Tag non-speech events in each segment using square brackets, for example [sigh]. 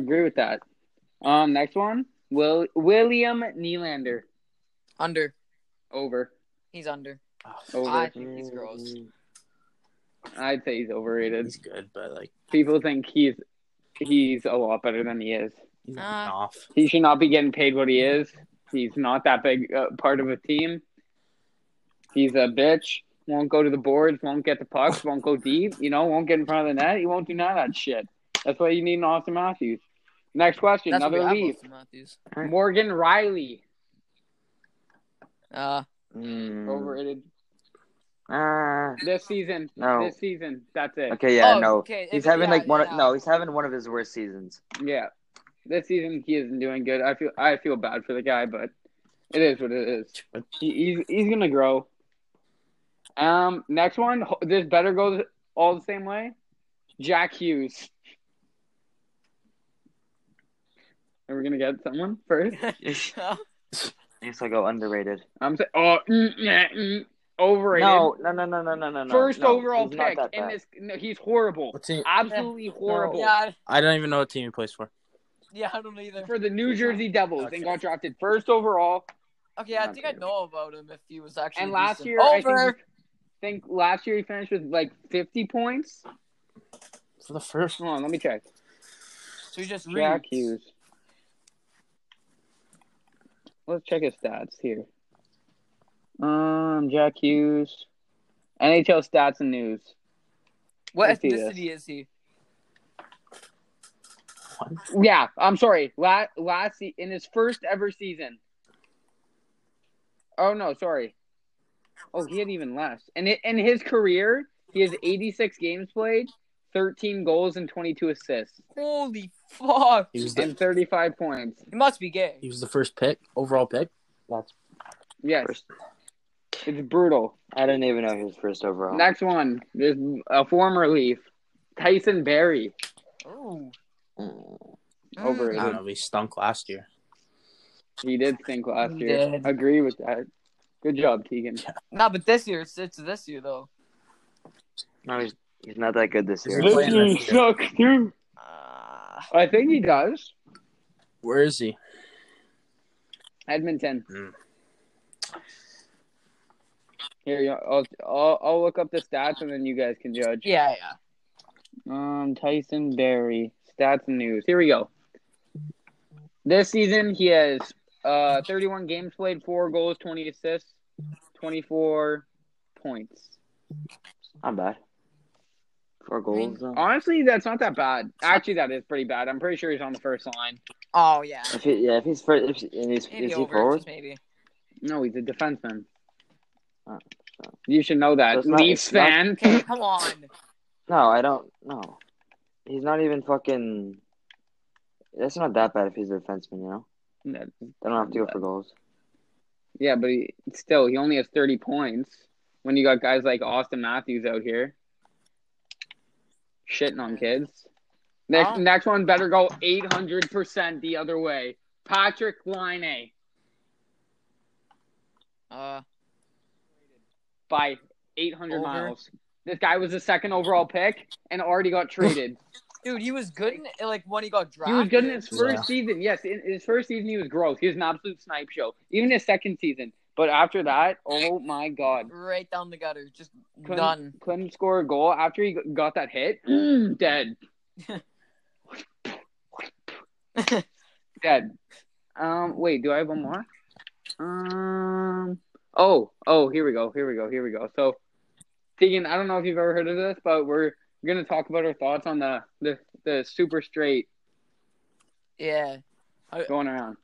Agree with that. Um, next one. Will William Nylander Under. over. He's under. Over. I think he's gross. I'd say he's overrated. He's good, but like People think he's he's a lot better than he is. he's Uh, not off. He should not be getting paid what he is. He's not that big uh, part of a team. He's a bitch. Won't go to the boards. Won't get the pucks. Won't go deep. You know, won't get in front of the net. He won't do none of that shit. That's why you need an Austin Matthews. Next question. That's another what we have leaf. with Matthews. Morgan Riley. [laughs] Uh, Mm. Overrated Ah, this season. No. This season. That's it. okay, yeah, Oh, no. okay, He's if- having yeah, like one. yeah. No, he's having one of his worst seasons. Yeah. This season he isn't doing good. I feel I feel bad for the guy, but it is what it is. He, he's he's gonna grow. Um, next one. ho- This better goes all the same way. Jack Hughes. Are we gonna get someone first? I Oh. guess I'll go underrated. I'm saying, oh, mm, yeah, mm, overrated. No, no, no, no, no, no, no. no. first No, overall he's not pick that in bad. this. No, he's horrible. What team? [laughs] Absolutely horrible. yeah, I don't even know what team he plays for. yeah, I don't either. For the New Jersey Devils and Okay. got drafted first overall. Okay, I Not think I good. know about him if he was actually. And last decent. year, I over. think, think last year he finished with like 50 points. For the first. Hold on, let me check. So he just Jack reads. Hughes. Let's check his stats here. Um, Jack Hughes, NHL stats and news. What Let's do this. ethnicity is he? Yeah, I'm sorry. La- last se- in his first ever season. Oh no, sorry. Oh, he had even less. And it, in his career, he has 86 games played, 13 goals and 22 assists, Holy fuck! He was the and 35 points. He must be gay. he was the first pick, overall pick. That's Yes, First. it's brutal. I didn't even know he was first overall. Next one, there's a former Leaf, Tyson Berry. Ooh. Mm. Over I it. don't know. He stunk last year. He did stink last He year. did. Agree with that. Good job, Tegan. Nah, but this year it's, it's this year though. No, he's, he's not that good this He's year. Good playing This this team sucks, too. Uh, [laughs] I think he does. Where is he? Edmonton. Mm. Here, you- I'll, I'll I'll look up the stats and then you guys can judge. yeah, yeah. Um, Tyson Berry stats and news. Here we go. This season, he has uh 31 games played, four goals, 20 assists, 24 points. Not bad. Four goals. though. Honestly, that's not that bad. Actually, that is pretty bad. I'm pretty sure he's on the first line. Oh yeah. If he, yeah, if he's first, if and he's, Maybe is he over. forward? just Maybe. No, he's a defenseman. Uh, Oh, so. You should know that. That's not- Leafs it's not- fan. [laughs] Okay, come on. No, I don't. No, he's not even fucking. That's not that bad if he's a defenseman, you know. They don't have to go for goals. Yeah, but he, still, he only has 30 points when you got guys like Austin Matthews out here shitting on kids. Next, Oh. next one better go 800% the other way. Patrick Line Uh, by 800 Over. miles. This guy was the second overall pick and already got [laughs] traded. dude, he was good in like when he got he drafted. was good in his first Yeah. season. Yes, in his first season, he was gross. He was an absolute snipe show. Even his second season. But after that, oh my God. Right down the gutter, just Couldn't- none. couldn't score a goal after he got that hit. Mm, [gasps] dead. dead. Um, wait, do I have one more? Um, oh, oh, here we go, here we go, here we go. So, Tegan, I don't know if you've ever heard of this, but we're gonna talk about our thoughts on the the, the super straight Yeah. going around.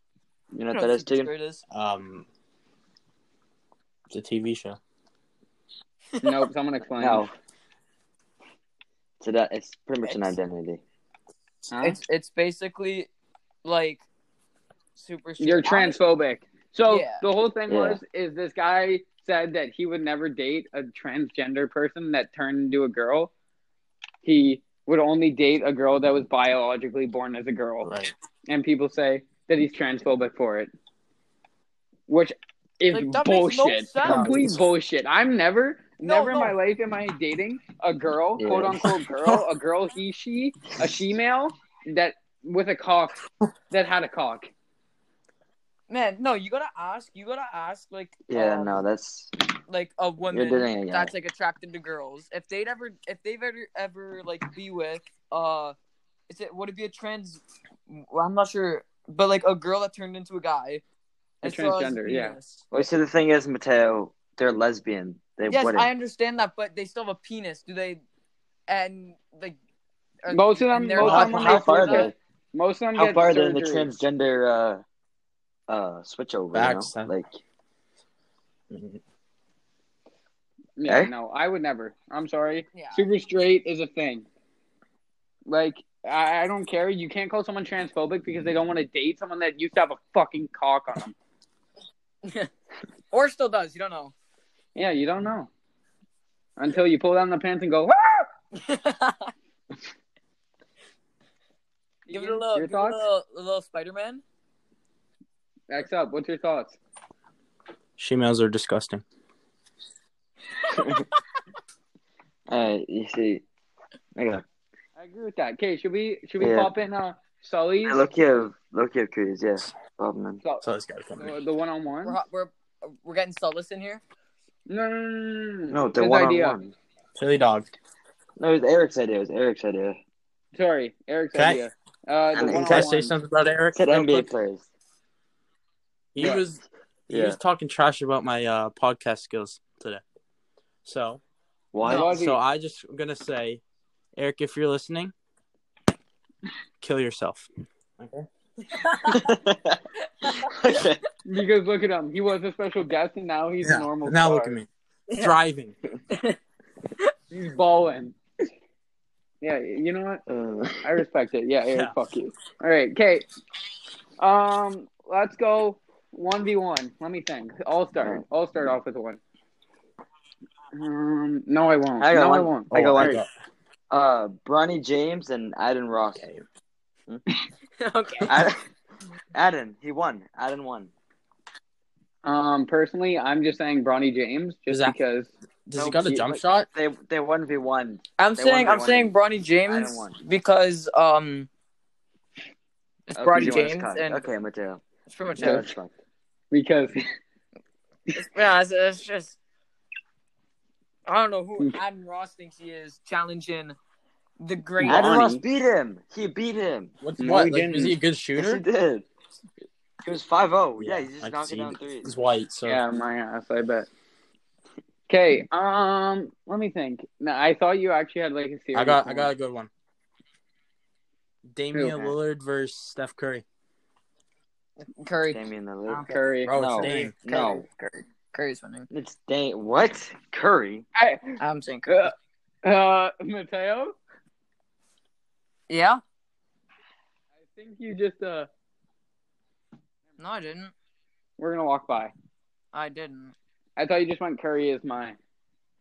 You know what that is, dude? It is. Um, it's a TV show. Nope, someone explain. No. So that it's pretty much an It's- identity. Huh? It's it's basically like super. You're transphobic. So Yeah. the whole thing Yeah. was is this guy said that he would never date a transgender person that turned into a girl. He would only date a girl that was biologically born as a girl. Right. And people say that he's transphobic for it. Which is Like, that makes no bullshit. sense. Complete bullshit. I'm never No, never no. in my life am I dating a girl, Yeah. quote unquote girl, a girl he she, a she male that with a cock that had a cock. man. No, you gotta ask. You gotta ask like Yeah, um, no, that's like a you're woman doing it. Yeah. that's like attracted to girls. If they'd ever, if they've ever, ever like be with, uh, is it would it be a trans? Well, I'm not sure, but like a girl that turned into a guy. A and saw his transgender, yeah. penis. Well, see, the thing is, Mateo, they're lesbian. They Yes, wouldn't. I understand that, but they still have a penis. Do they? And like, are- Most of them- and they're most Well, of not them when how, how they attracted far to are first that? they? Most of them How get far are they in the surgery. transgender uh, uh, switchover? Facts, you huh? know? Like, Yeah, Eh? no, I would never. I'm sorry. Yeah. Super straight is a thing. Like, I, I don't care. You can't call someone transphobic because they don't want to date someone that used to have a fucking cock on them. Or still does. You don't know. Yeah, you don't know. Until you pull down the pants and go, "Ah!" [laughs] give it a Your little, give it a thoughts? little, a little Spider Man. X up. What's your thoughts? Shemales are disgusting. uh, you see, okay. I agree with that. Okay, should we should we Yeah. pop in uh Sully's Look, you have, look, you have curious. Yeah, Bobman. Su- So this guy's coming. the one on one? We're hot, we're we're getting Sullis in here. No, no, no, No, the His one on idea. one. Philly dog. No, it was Eric's idea. It was Eric's idea. Sorry, Eric's Can I- idea. Uh, the Can one Can I on say one. something about Eric? It said real NBA quick? players. He Yeah. was he Yeah. was talking trash about my uh, podcast skills today. So Why? No. Love you. so I just gonna say, Eric, if you're listening, kill yourself. Okay. [laughs] [laughs] okay. Because look at him. He was a special guest and now he's a normal. now star. look at me, [laughs] thriving. He's balling. Yeah, you know what? Uh, I respect it. Yeah, Eric, Yeah. fuck you. All right, Kate. Um, let's go one v one. Let me think. I'll start. I'll start off with one. Um, no, I won't. I got no, I one. won't. I got one. Alright. uh, Bronny James and Aden Ross. Okay. [laughs] [laughs] okay. Ad- Aden, he won. Aden won. Um, personally, I'm just saying Bronny James, just Is that- because. Does No, he got a he- jump like- shot? They they won v one. I'm They saying won, they I'm won. saying Bronny James won. because um it's Okay, Bronny you want us James cut. and okay, Mateo. it's pretty much Yeah. Yeah, it. that's fine. Because [laughs] It's- yeah, it's, it's just I don't know who Hmm. Adam Ross thinks he is challenging the great Aden Bronny. Ross beat him. He beat him. What's No, he what? Like, didn't. is he a good Yes, he shooter? did. He was 5-0. Yeah, Yeah, he's just I've knocking seen down it. threes. He's white, so yeah, my ass, I bet. Okay, um, let me think. No, I thought you actually had like a serious. I got I one. got a good one. Damian Who? Lillard versus Stepf Curry. Curry. Damian Lillard. Curry. Bro, No. it's Dame. No, Curry. Curry's winning. it's dang. What Curry? I, I'm saying Curry. uh, uh, [laughs] Mateo, yeah? I think you just uh, No, I didn't. we're gonna walk by. I didn't. I thought you just went Curry is mine.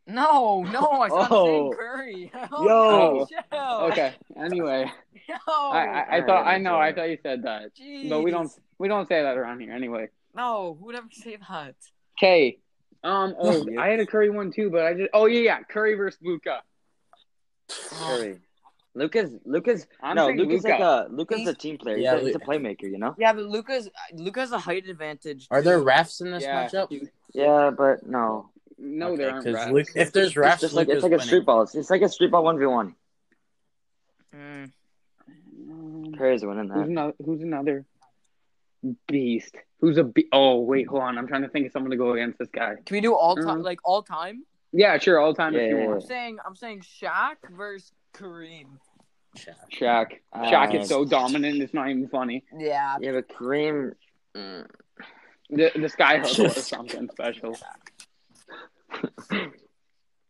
No, no, I stopped Oh. saying Curry. [laughs] Oh. Yo. Oh. Michelle. Okay. [laughs] Anyway, [laughs] Yo. I, I, I Alright, thought I know. I alright. thought you said that, but we don't Jeez. we don't say that around here. Anyway, No, who would ever say that? K. Um. Oh, Yeah. I had a Curry one too, but I just. Oh yeah, yeah. Curry versus Luca. Curry. Lucas. Lucas. I'm no, saying Lucas. Luca. Like a Lucas, a team player. Yeah, he's, a, he's a Lu- playmaker. You know. Yeah, but Luca's Luca's a height advantage. Are there refs in this yeah. matchup? Yeah, but no. No, there aren't. because refs. Luke, if there's refs, it's just Luke like it's is like a winning. street ball. It's, it's like a street ball one v one. Mm. Um, Curry's winning Who's that. another? Who's another beast? Who's a be- Oh wait, hold on. I'm trying to think of someone to go against this guy. Can we do all time? Mhm. Like all time? Yeah, sure. All time if Yeah, you yeah, I'm want. saying I'm saying Shaq versus Kareem. Shaq. Uh, Shaq is so dominant. It's not even funny. Yeah. Ah, Yeah, but Kareem. Mm. The the sky hustle is something special.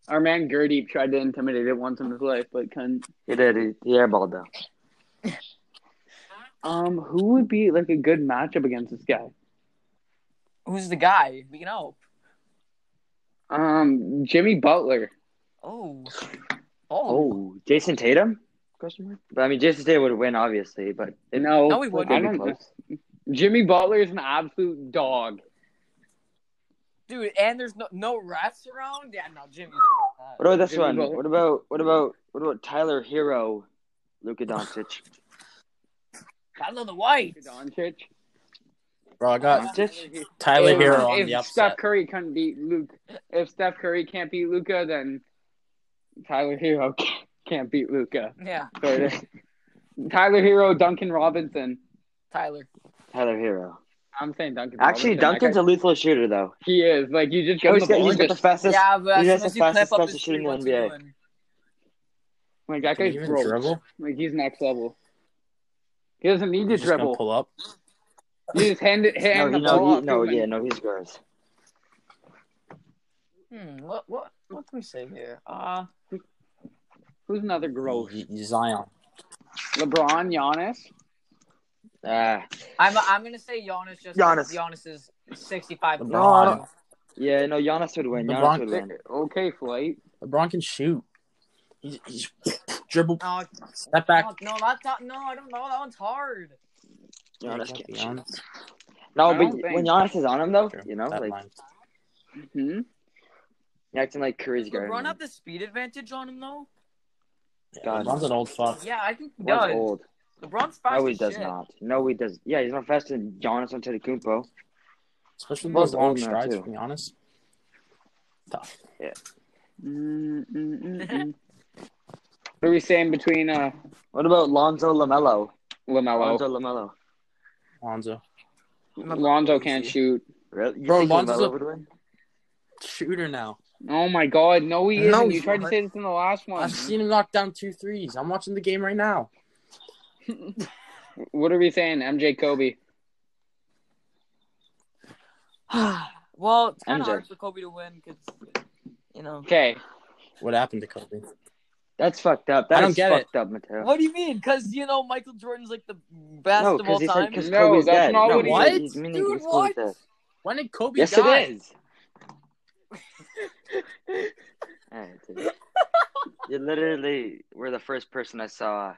Our man Gurdeep tried to intimidate it once in his life, but couldn't. He did. He, he airballed though. Um, who would be like a good matchup against this guy? Who's the guy? We can help. Um, Jimmy Butler. Oh. Oh. Oh, Jason Tatum? Question mark. But I mean, Jason Tatum would win, obviously, but it, No, No, he wouldn't. Oh, I it'd be don't. close. Jimmy Butler is an absolute dog. Dude, and there's no no rats around? Yeah, no, Jimmy's uh, What about this Jimmy one? Butler. [sighs] What about what about what about Tyler Hero, Luka Doncic? I love the whites. Doncic. Bro, I got Doncic? Tyler If- Hero on if the Steph upset. Curry couldn't beat Luke, if Steph Curry can't beat Luca, then Tyler Hero [laughs] can't- can't beat Luca. Yeah, Tyler Hero, Duncan Robinson. Tyler. Tyler Hero. I'm saying Duncan. Actually, Robinson. That Duncan's guy- a lethal shooter though. he is like you just He give him always the get, ball. he's and got the just, fastest. yeah, but as he's soon just as the you clip fastest up best his three, shooter in the what's he NBA. doing? like that Can he guy's even broke. dribble? Like he's next level. He doesn't need to He's just gonna dribble. pull up. You just hand it, hand No, he, the ball no, off he, no, to him. yeah, no, he's gross. Hmm, what what what can we say here? Uh Who's another gross? Y- y- Zion. LeBron, Giannis. Ah, I'm I'm gonna say Giannis just Giannis. Giannis is 65. LeBron. No, I don't- yeah, no, Giannis would win. Giannis LeBron- would win. Okay, flight. LeBron can shoot. He's, he's [sniffs] dribble, No, step back. no, no, that's not, no, I don't know. That one's hard. Giannis Yeah, can't Giannis. shoot. No, I but don't think- when Giannis is on him though, True. you know, That like line. Hmm? you're acting like Curry's Does guard. LeBron have the speed advantage on him though? Yeah, God. LeBron's an old fuck. Yeah, I think he One's does. old. LeBron's fast. No, he as does shit. not. No, he does. Yeah, he's not faster than Giannis Antetokounmpo. Especially Well, those long old now, strides, too. to be honest. Tough. Mm, mm, mm, mm. what are we saying between uh, What about Lonzo Lamelo? Lonzo Lamelo? Lamelo. Lonzo. Lonzo can't should shoot. Really? You Bro, think Lonzo's LaMelo a- would win? Shooter now. Oh my God, no, he isn't. No, you he's tried to not. say this in the last one. I've seen him knock down two threes. I'm watching the game right now. What are we saying? MJ, Kobe. [sighs] well, it's kind MJ. of hard for Kobe to win because you know. Okay, What happened to Kobe? That's fucked up. That I don't is get it. fucked up, Mateo. What do you mean? Because you know Michael Jordan's like the best No, of all because he said time. because No, Kobe's that's dead. not no, what he he said said. He's meaning Dude, he's Kobe's what? dead. When did Kobe Yes, die? it is. Alright, [laughs] dude. you literally were the first person I saw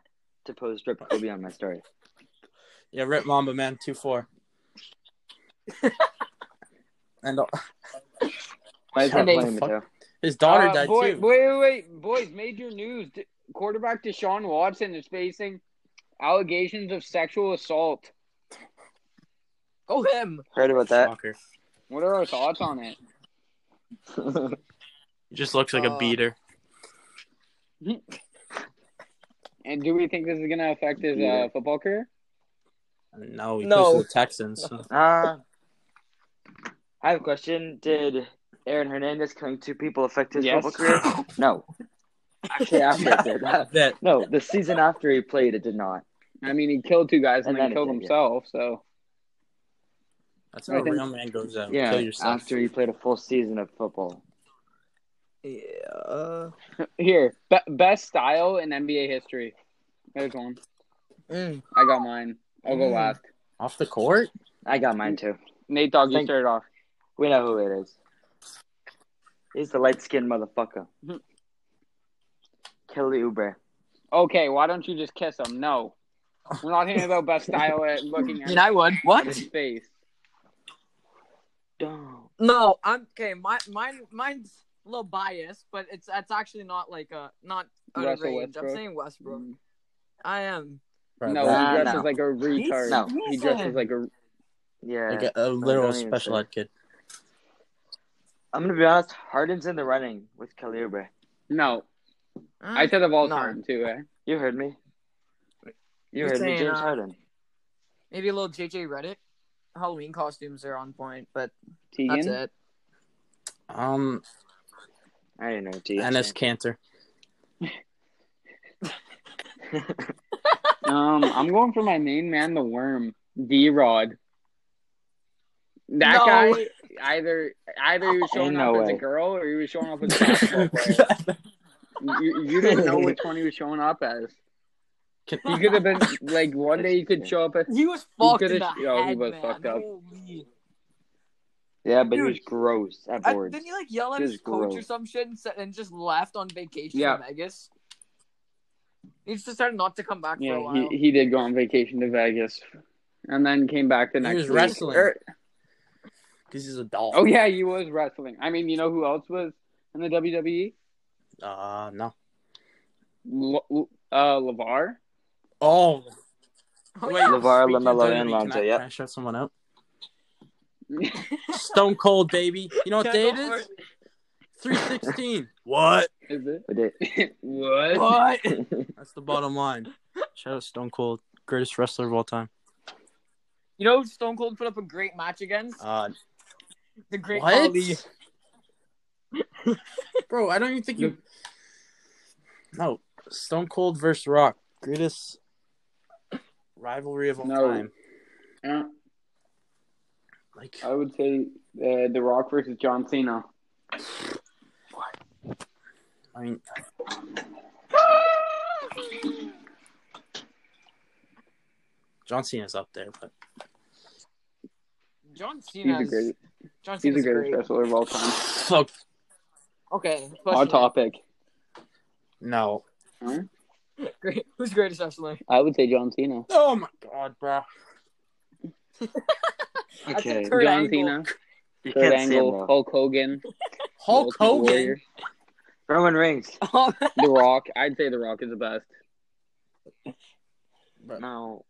to post Rip Kobe on my story. Yeah, Rip Mamba, man. 2 4. [laughs] and uh, Why Shut is that up, playing, fuck. Mateo? his daughter Uh, died boy, too. Wait, wait, wait, boys! Major news: D- quarterback Deshaun Watson is facing allegations of sexual assault. Go Oh, him. Heard about that? Shocker. What are our thoughts on it? He just looks like a Uh, beater. And do we think this is going to affect his uh, Yeah. football career? No, he No. plays for the Texans. [laughs] so- uh, I have a question. Did Aaron Hernandez killing two people affect his Yes. football career? No. Actually, after it did. that No, the season after he played, it did not. I mean, he killed two guys and, And then then killed it did, yeah. himself. So That's I how a think- real man goes out. Yeah, Kill yourself. after he played a full season of football. Yeah. here, be- best style in NBA history. There's one. Mm. I got mine. I'll go Mm. last. Off the court? I got mine too. Nate Dogg, you Thank- started off. We know who it is. He's the light skinned motherfucker. [laughs] Mhm. Kelly Oubre. Okay, why don't you just kiss him? No, we're not hearing about best style at [laughs] looking And I would. at What? his face. Don't. No, I'm okay. My mine mine's a little biased, but it's that's actually not like a not out of Russell range. I'm Westbrook. Mm. saying Westbrook. I am. Bro, no, that- Nah, he dresses no. like a retard. No. He dresses like a. Yeah. like a, a literal even special say. ed kid. I'm going to be honest. Harden's in the running with Kelly Oubre. No, Mm. I said of all No. time too. Eh? You heard me. You You're heard me, saying, James uh, Harden. Maybe a little JJ Reddick. Halloween costumes are on point, but Tegan. that's it. Um, I didn't know. T. Ennis Cantor. Um, I'm going for my main man, the worm, D Rod. That No. guy either either he was showing Ain't up no as a way. girl or he was showing up as a [laughs] basketball player. You, you didn't know which one he was showing up as. Can- He could have been like one day he could show up as He was fucked could've- in the yo, he head, was man. fucked up. Holy. Yeah, but Dude. he was gross at I, boards. didn't he like yell at This his is coach or gross. some shit and, sa- and just left on vacation Yeah. to Vegas? He just decided not to come back for a Yeah, while. he, [laughs] he did go on vacation to Vegas and then came back the He next was week. wrestling. Er, Because he's a doll. oh yeah, he was wrestling. I mean, you know who else was in the E? WWE? Uh, no. L- uh Lavar. Oh. Wait, Wait, LeVar, speaking LaMelo, of and WWE, Lonzo, Can I, yep. can I shout someone out? Stone Cold, baby. You know what Yeah, day it go is? 316. what? Is We did. it? [laughs] what? What? That's the bottom line. Shout out Stone Cold, greatest wrestler of all time. You know, Stone Cold put up a great match against Uh, the great what? Ali. [laughs] Bro, I don't even think you. No, Stone Cold versus Rock, greatest rivalry of all No. time. Yeah, Like, Uh, I would say uh, The Rock versus John Cena. I mean, John Cena's up there, but John He's the Cena's greatest. John He's the Cena's greatest great. wrestler of all time. fuck Okay, Our question. topic. no. [laughs] Great. Who's greatest [laughs] wrestler? I would say John Cena. Oh my god, bro. Okay. Kurt John Angle. Cena, You Kurt can't see him, Angle, though. Hulk Hogan, Hulk Ultimate Hogan. Warrior, Roman Reigns. Oh, The Rock. I'd say The Rock is the best. No.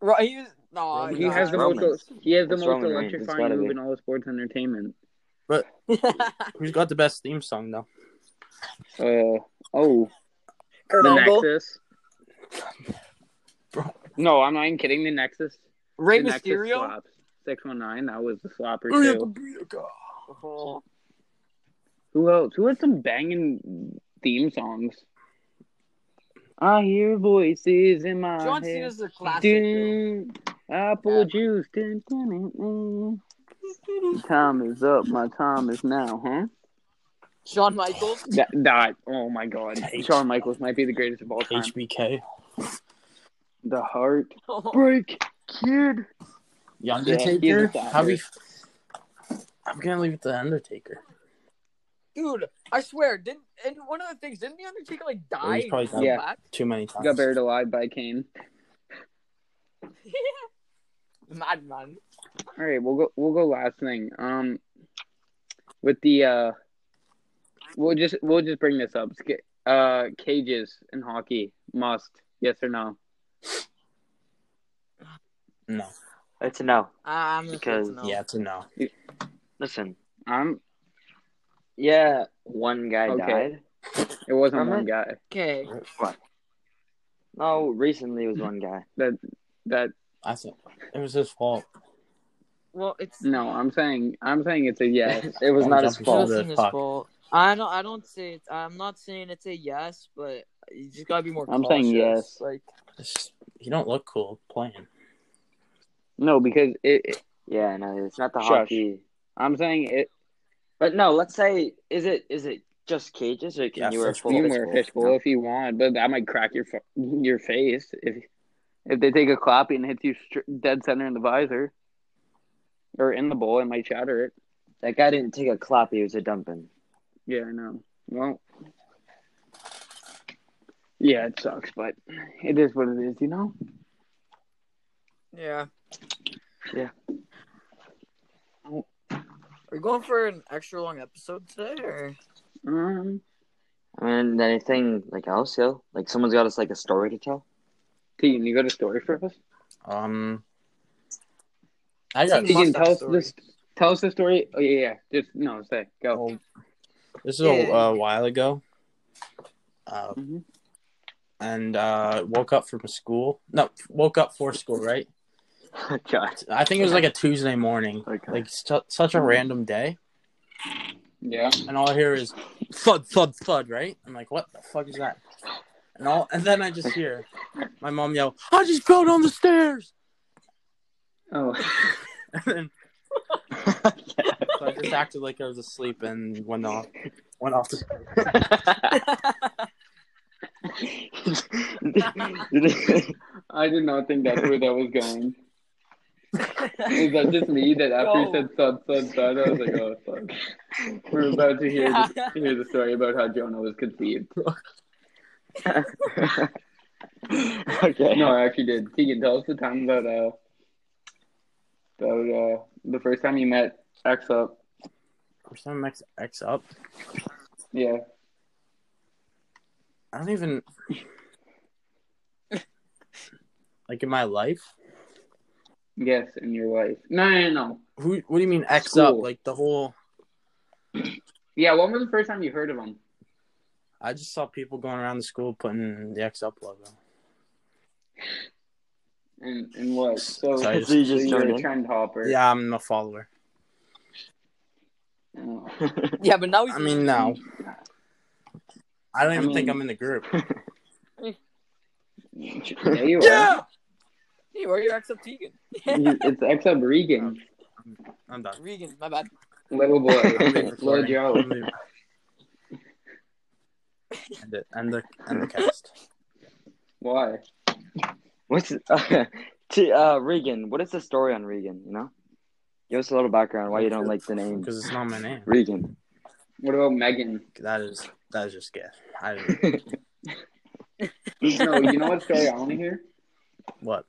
Right, he was, no, Roman He no. has the Roman. most. He has the What's most Roman Reigns? It's electrifying gotta move be. in all of sports entertainment. [laughs] Who's got the best theme song though? Uh oh, Kurt the Angle. Nexus. Bro. No, I'm not even kidding. The Nexus. Rey the Nexus Mysterio. slaps. Six one nine. That was the slapper Oh, yeah, too. Oh. Who else? Who had some banging theme songs? I hear voices in my John head. Cena's a classic. dude. Dun, apple Yeah. juice. Dun, dun, dun, dun. Time is up. My time is now, huh? Shawn Michaels. [laughs] That, that oh my god. Takes. Shawn Michaels might be the greatest of all time. HBK. The heart Oh. break, kid. The he's Undertaker. a fat How we? dude. I'm gonna leave it to the Undertaker. Dude, I swear, didn't and one of the things didn't the Undertaker like Yeah, die? Oh, he's probably and come dead. [laughs] back? Too many times. Got buried alive by Kane. Madman. All right, we'll go. We'll go last thing. Um, with the uh, we'll just we'll just bring this up. Sk- Uh, cages in hockey must yes or no? No. It's a no. I'm gonna say Because- no. Yeah, it's a no. Listen. Um, Yeah, one guy Okay. died. it wasn't Remember? one guy. Okay. No, recently it was one guy. That I think it was his fault. Well, it's no, I'm saying I'm saying it's a [laughs] yes. It was I'm not his jumping fault. to Justin is Fuck. fault. I don't. I don't say. It's, I'm not saying it's a yes, but you just gotta be more. I'm saying cautious. yes. Like It's- He don't look cool playing. No, because it, it- Yeah, no, it's not the Shush. hockey. I'm saying it. But no, let's say is it is it just cages or can Yeah, you wear a fishbowl. full you can wear a fishbowl if you want, but that might crack your fu- your face if if they take a clappy and hits you str- dead center in the visor or in the bowl. It might shatter it. That guy didn't take a clap, he was a dumping. Yeah, I know. Well, yeah, it sucks, but it is what it is, you know. yeah. Yeah. Are we going for an extra long episode today, or Um, I mean anything like else, yo? Like someone's got us like a story to tell. Tegan, you got a story for us? Um, I got He Tegan, must have tell a us story. this. Tell us the story. Oh yeah, yeah. Just no, say go. Oh, this is a Yeah. uh, while ago. Uh, Mhm. and uh, woke up from school. No, woke up for school. Right. God. I think it was like a Tuesday morning. Okay. Like su- such a random day, Yeah. and all I hear is thud, thud, thud. Right. I'm like, what the fuck is that? And all, and then I just hear my mom yell, "I just fell down the stairs!" [laughs] Oh, [laughs] And then so I just acted like I was asleep and went off, went off to I did not think that's where that was going. Is that just me that after you No. said thud, thud, thud, I was like, oh, fuck. We're about to hear, [laughs] Yeah. the, hear the story about how Jonah was conceived. [laughs] okay. [laughs] No, I actually did. Tegan, tell us the time about, uh, about uh, the first time you met X up. First time X, X up. Yeah. I don't even. Like in my life? Yes, in your life. No, no, no. Who? What do you mean X School. up? Like the whole? Yeah, when was the first time you heard of him? I just saw people going around the school putting the X up logo. And and what? So, So I [laughs] So you so just you're joined a in. trend hopper. [laughs] Yeah, I'm a follower. Oh. [laughs] Yeah, but now he's. I mean, no, I don't I even think mean- I'm in the [laughs] group. There you Yeah, Hey, where are your ex up Tegan? are. It's X up Regan, I'm [laughs] done. Regan, my bad. little [laughs] I'm boy, little leaving recording. Joe. I'm leaving. End it. End the end the cast. Why? What's [laughs] uh, t- uh Regan? What is the story on Regan? You know, give us a little background why you don't like the name Because it's not my name. Regan. What about Megan? That is that is just guess. I No, you know what story I want to hear? what?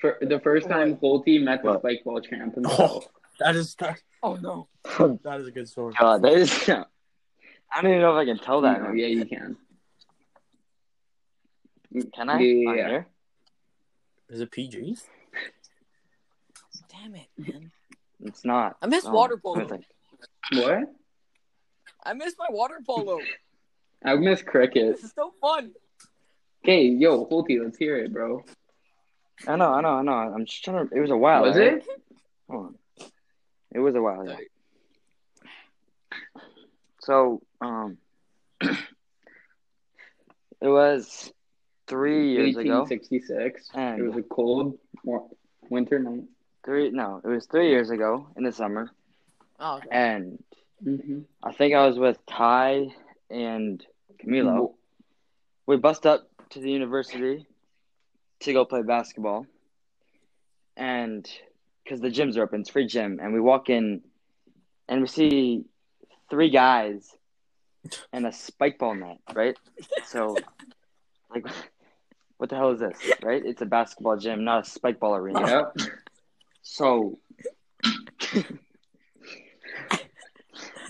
For, the first time Holty met the What? spike ball champ Oh, [laughs] himself. that is that, Oh no. that is a good story. God, that Uh, is. [laughs] I don't even know if I can tell that. yeah, you can. Can I? Yeah, On yeah, yeah. here? Is it PG? Damn [laughs] it, man. It's not. I miss Oh, water I polo. was like, What? I miss my water polo. I miss cricket. [laughs] This is so fun. Okay, yo, Holty, let's hear it, bro. I know, I know, I know. I'm just trying to. It was a while. was right? it? Hold on. It was a while. Yeah. So, um, [clears throat] it was three years ago. 1866. And- It was a cold wa- winter night. Three? No, it was three years ago in the summer, Oh, and Mm-hmm. I think I was with Ty and Mm-hmm. Camilo. we bust up to the university to go play basketball and because the gyms are open it's free gym and we walk in and we see three guys and a spike ball net right so like [laughs] what the hell is this right it's a basketball gym not a spike ball arena [laughs] Yep. so,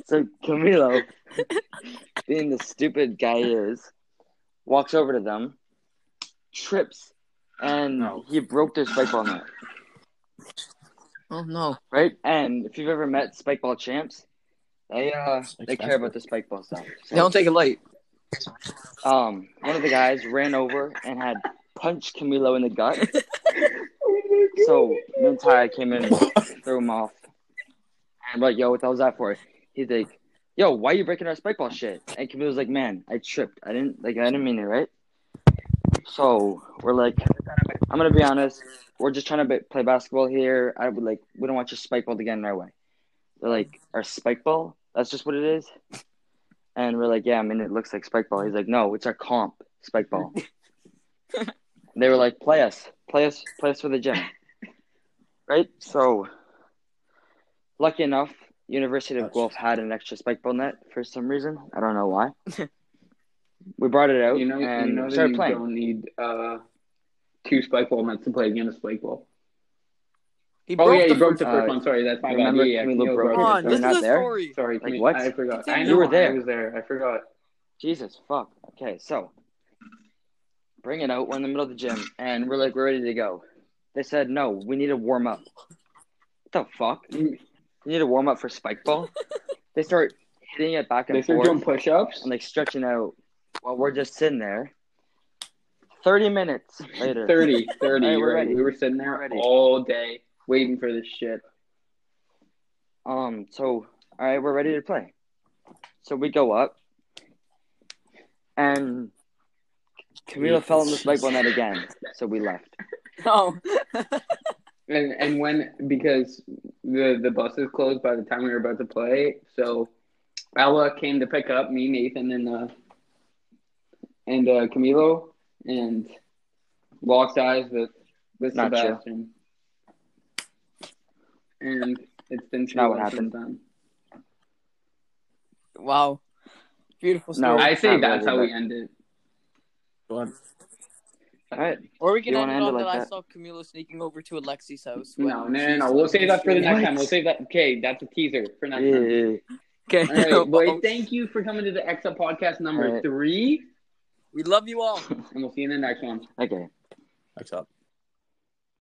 so Camilo, being the stupid guy he is, walks over to them, trips, and No. he broke their spike ball net. oh no. Right? And if you've ever met spike ball champs, they uh they care expensive. about the spike ball stuff. They don't So, take a light. um, one of the guys ran over and had punched Camilo in the gut. So me and Ty came in, threw him off. I'm like, yo, what the hell was that for? He's like, yo, why you breaking our spike ball shit? And Camilo's like, man, I tripped. I didn't like, I didn't mean it, right? So we're like, I'm gonna be honest. We're just trying to be- play basketball here. I would like, we don't want your spike ball to get in our way. They're like, our spike ball? That's just what it is. And we're like, yeah, I mean, it looks like spike ball. He's like, no, it's our comp spike ball. they were like, play us, play us, play us for the gym right? So, lucky enough, University of That's- Guelph had an extra spike ball net for some reason. I don't know why. we brought it out You know, and you know that started you playing. don't need uh, two spike ball nets to play a game of spike ball. He Oh broke yeah, the you broke the first- first uh, one. Sorry, that's my bad. remember Yeah, yeah, Camilo Camilo broke broke it. Come it? on, You're this not is a there? story. [laughs] Sorry, Like, Camilo- what? I forgot. I Continue. know You were I there. was there. I forgot. Jesus, fuck. Okay, so bring it out. We're in the middle of the gym, and we're like, we're ready to go. They said, no, we need to warm up. What the fuck? You need to warm up for spike ball? they start hitting it back and They forth. started doing push-ups. and like stretching out while we're just sitting there. Thirty minutes [laughs] later, 30, 30. Hey, we're right? ready. We were sitting there We're ready. all day waiting for this shit. um, so all right, we're ready to play. So we go up, and Camilo fell in the spike on that again. So we left. No. And and when because the the buses closed by the time we were about to play, so Ella came to pick up me, Nathan, and uh and uh Camilo, and locked eyes with with Not you. Sebastian. And it's been too Not what long since happened. then. Wow. Beautiful No, story. I say not that's really, how we but- end it. What? All right, or we can You end wanna it end it on like that, I that? saw Camilo sneaking over to Alexi's house. when No, no, no, no. she's We'll save that for the sleeping. next time. We'll save that. Okay, that's a teaser for next [laughs] time. yeah, All [laughs] [laughs] Okay. [laughs] right, boys. Uh-oh. Thank you for coming to the Exa podcast All number right. three, We love you all. and we'll see you in the next one. okay. X up.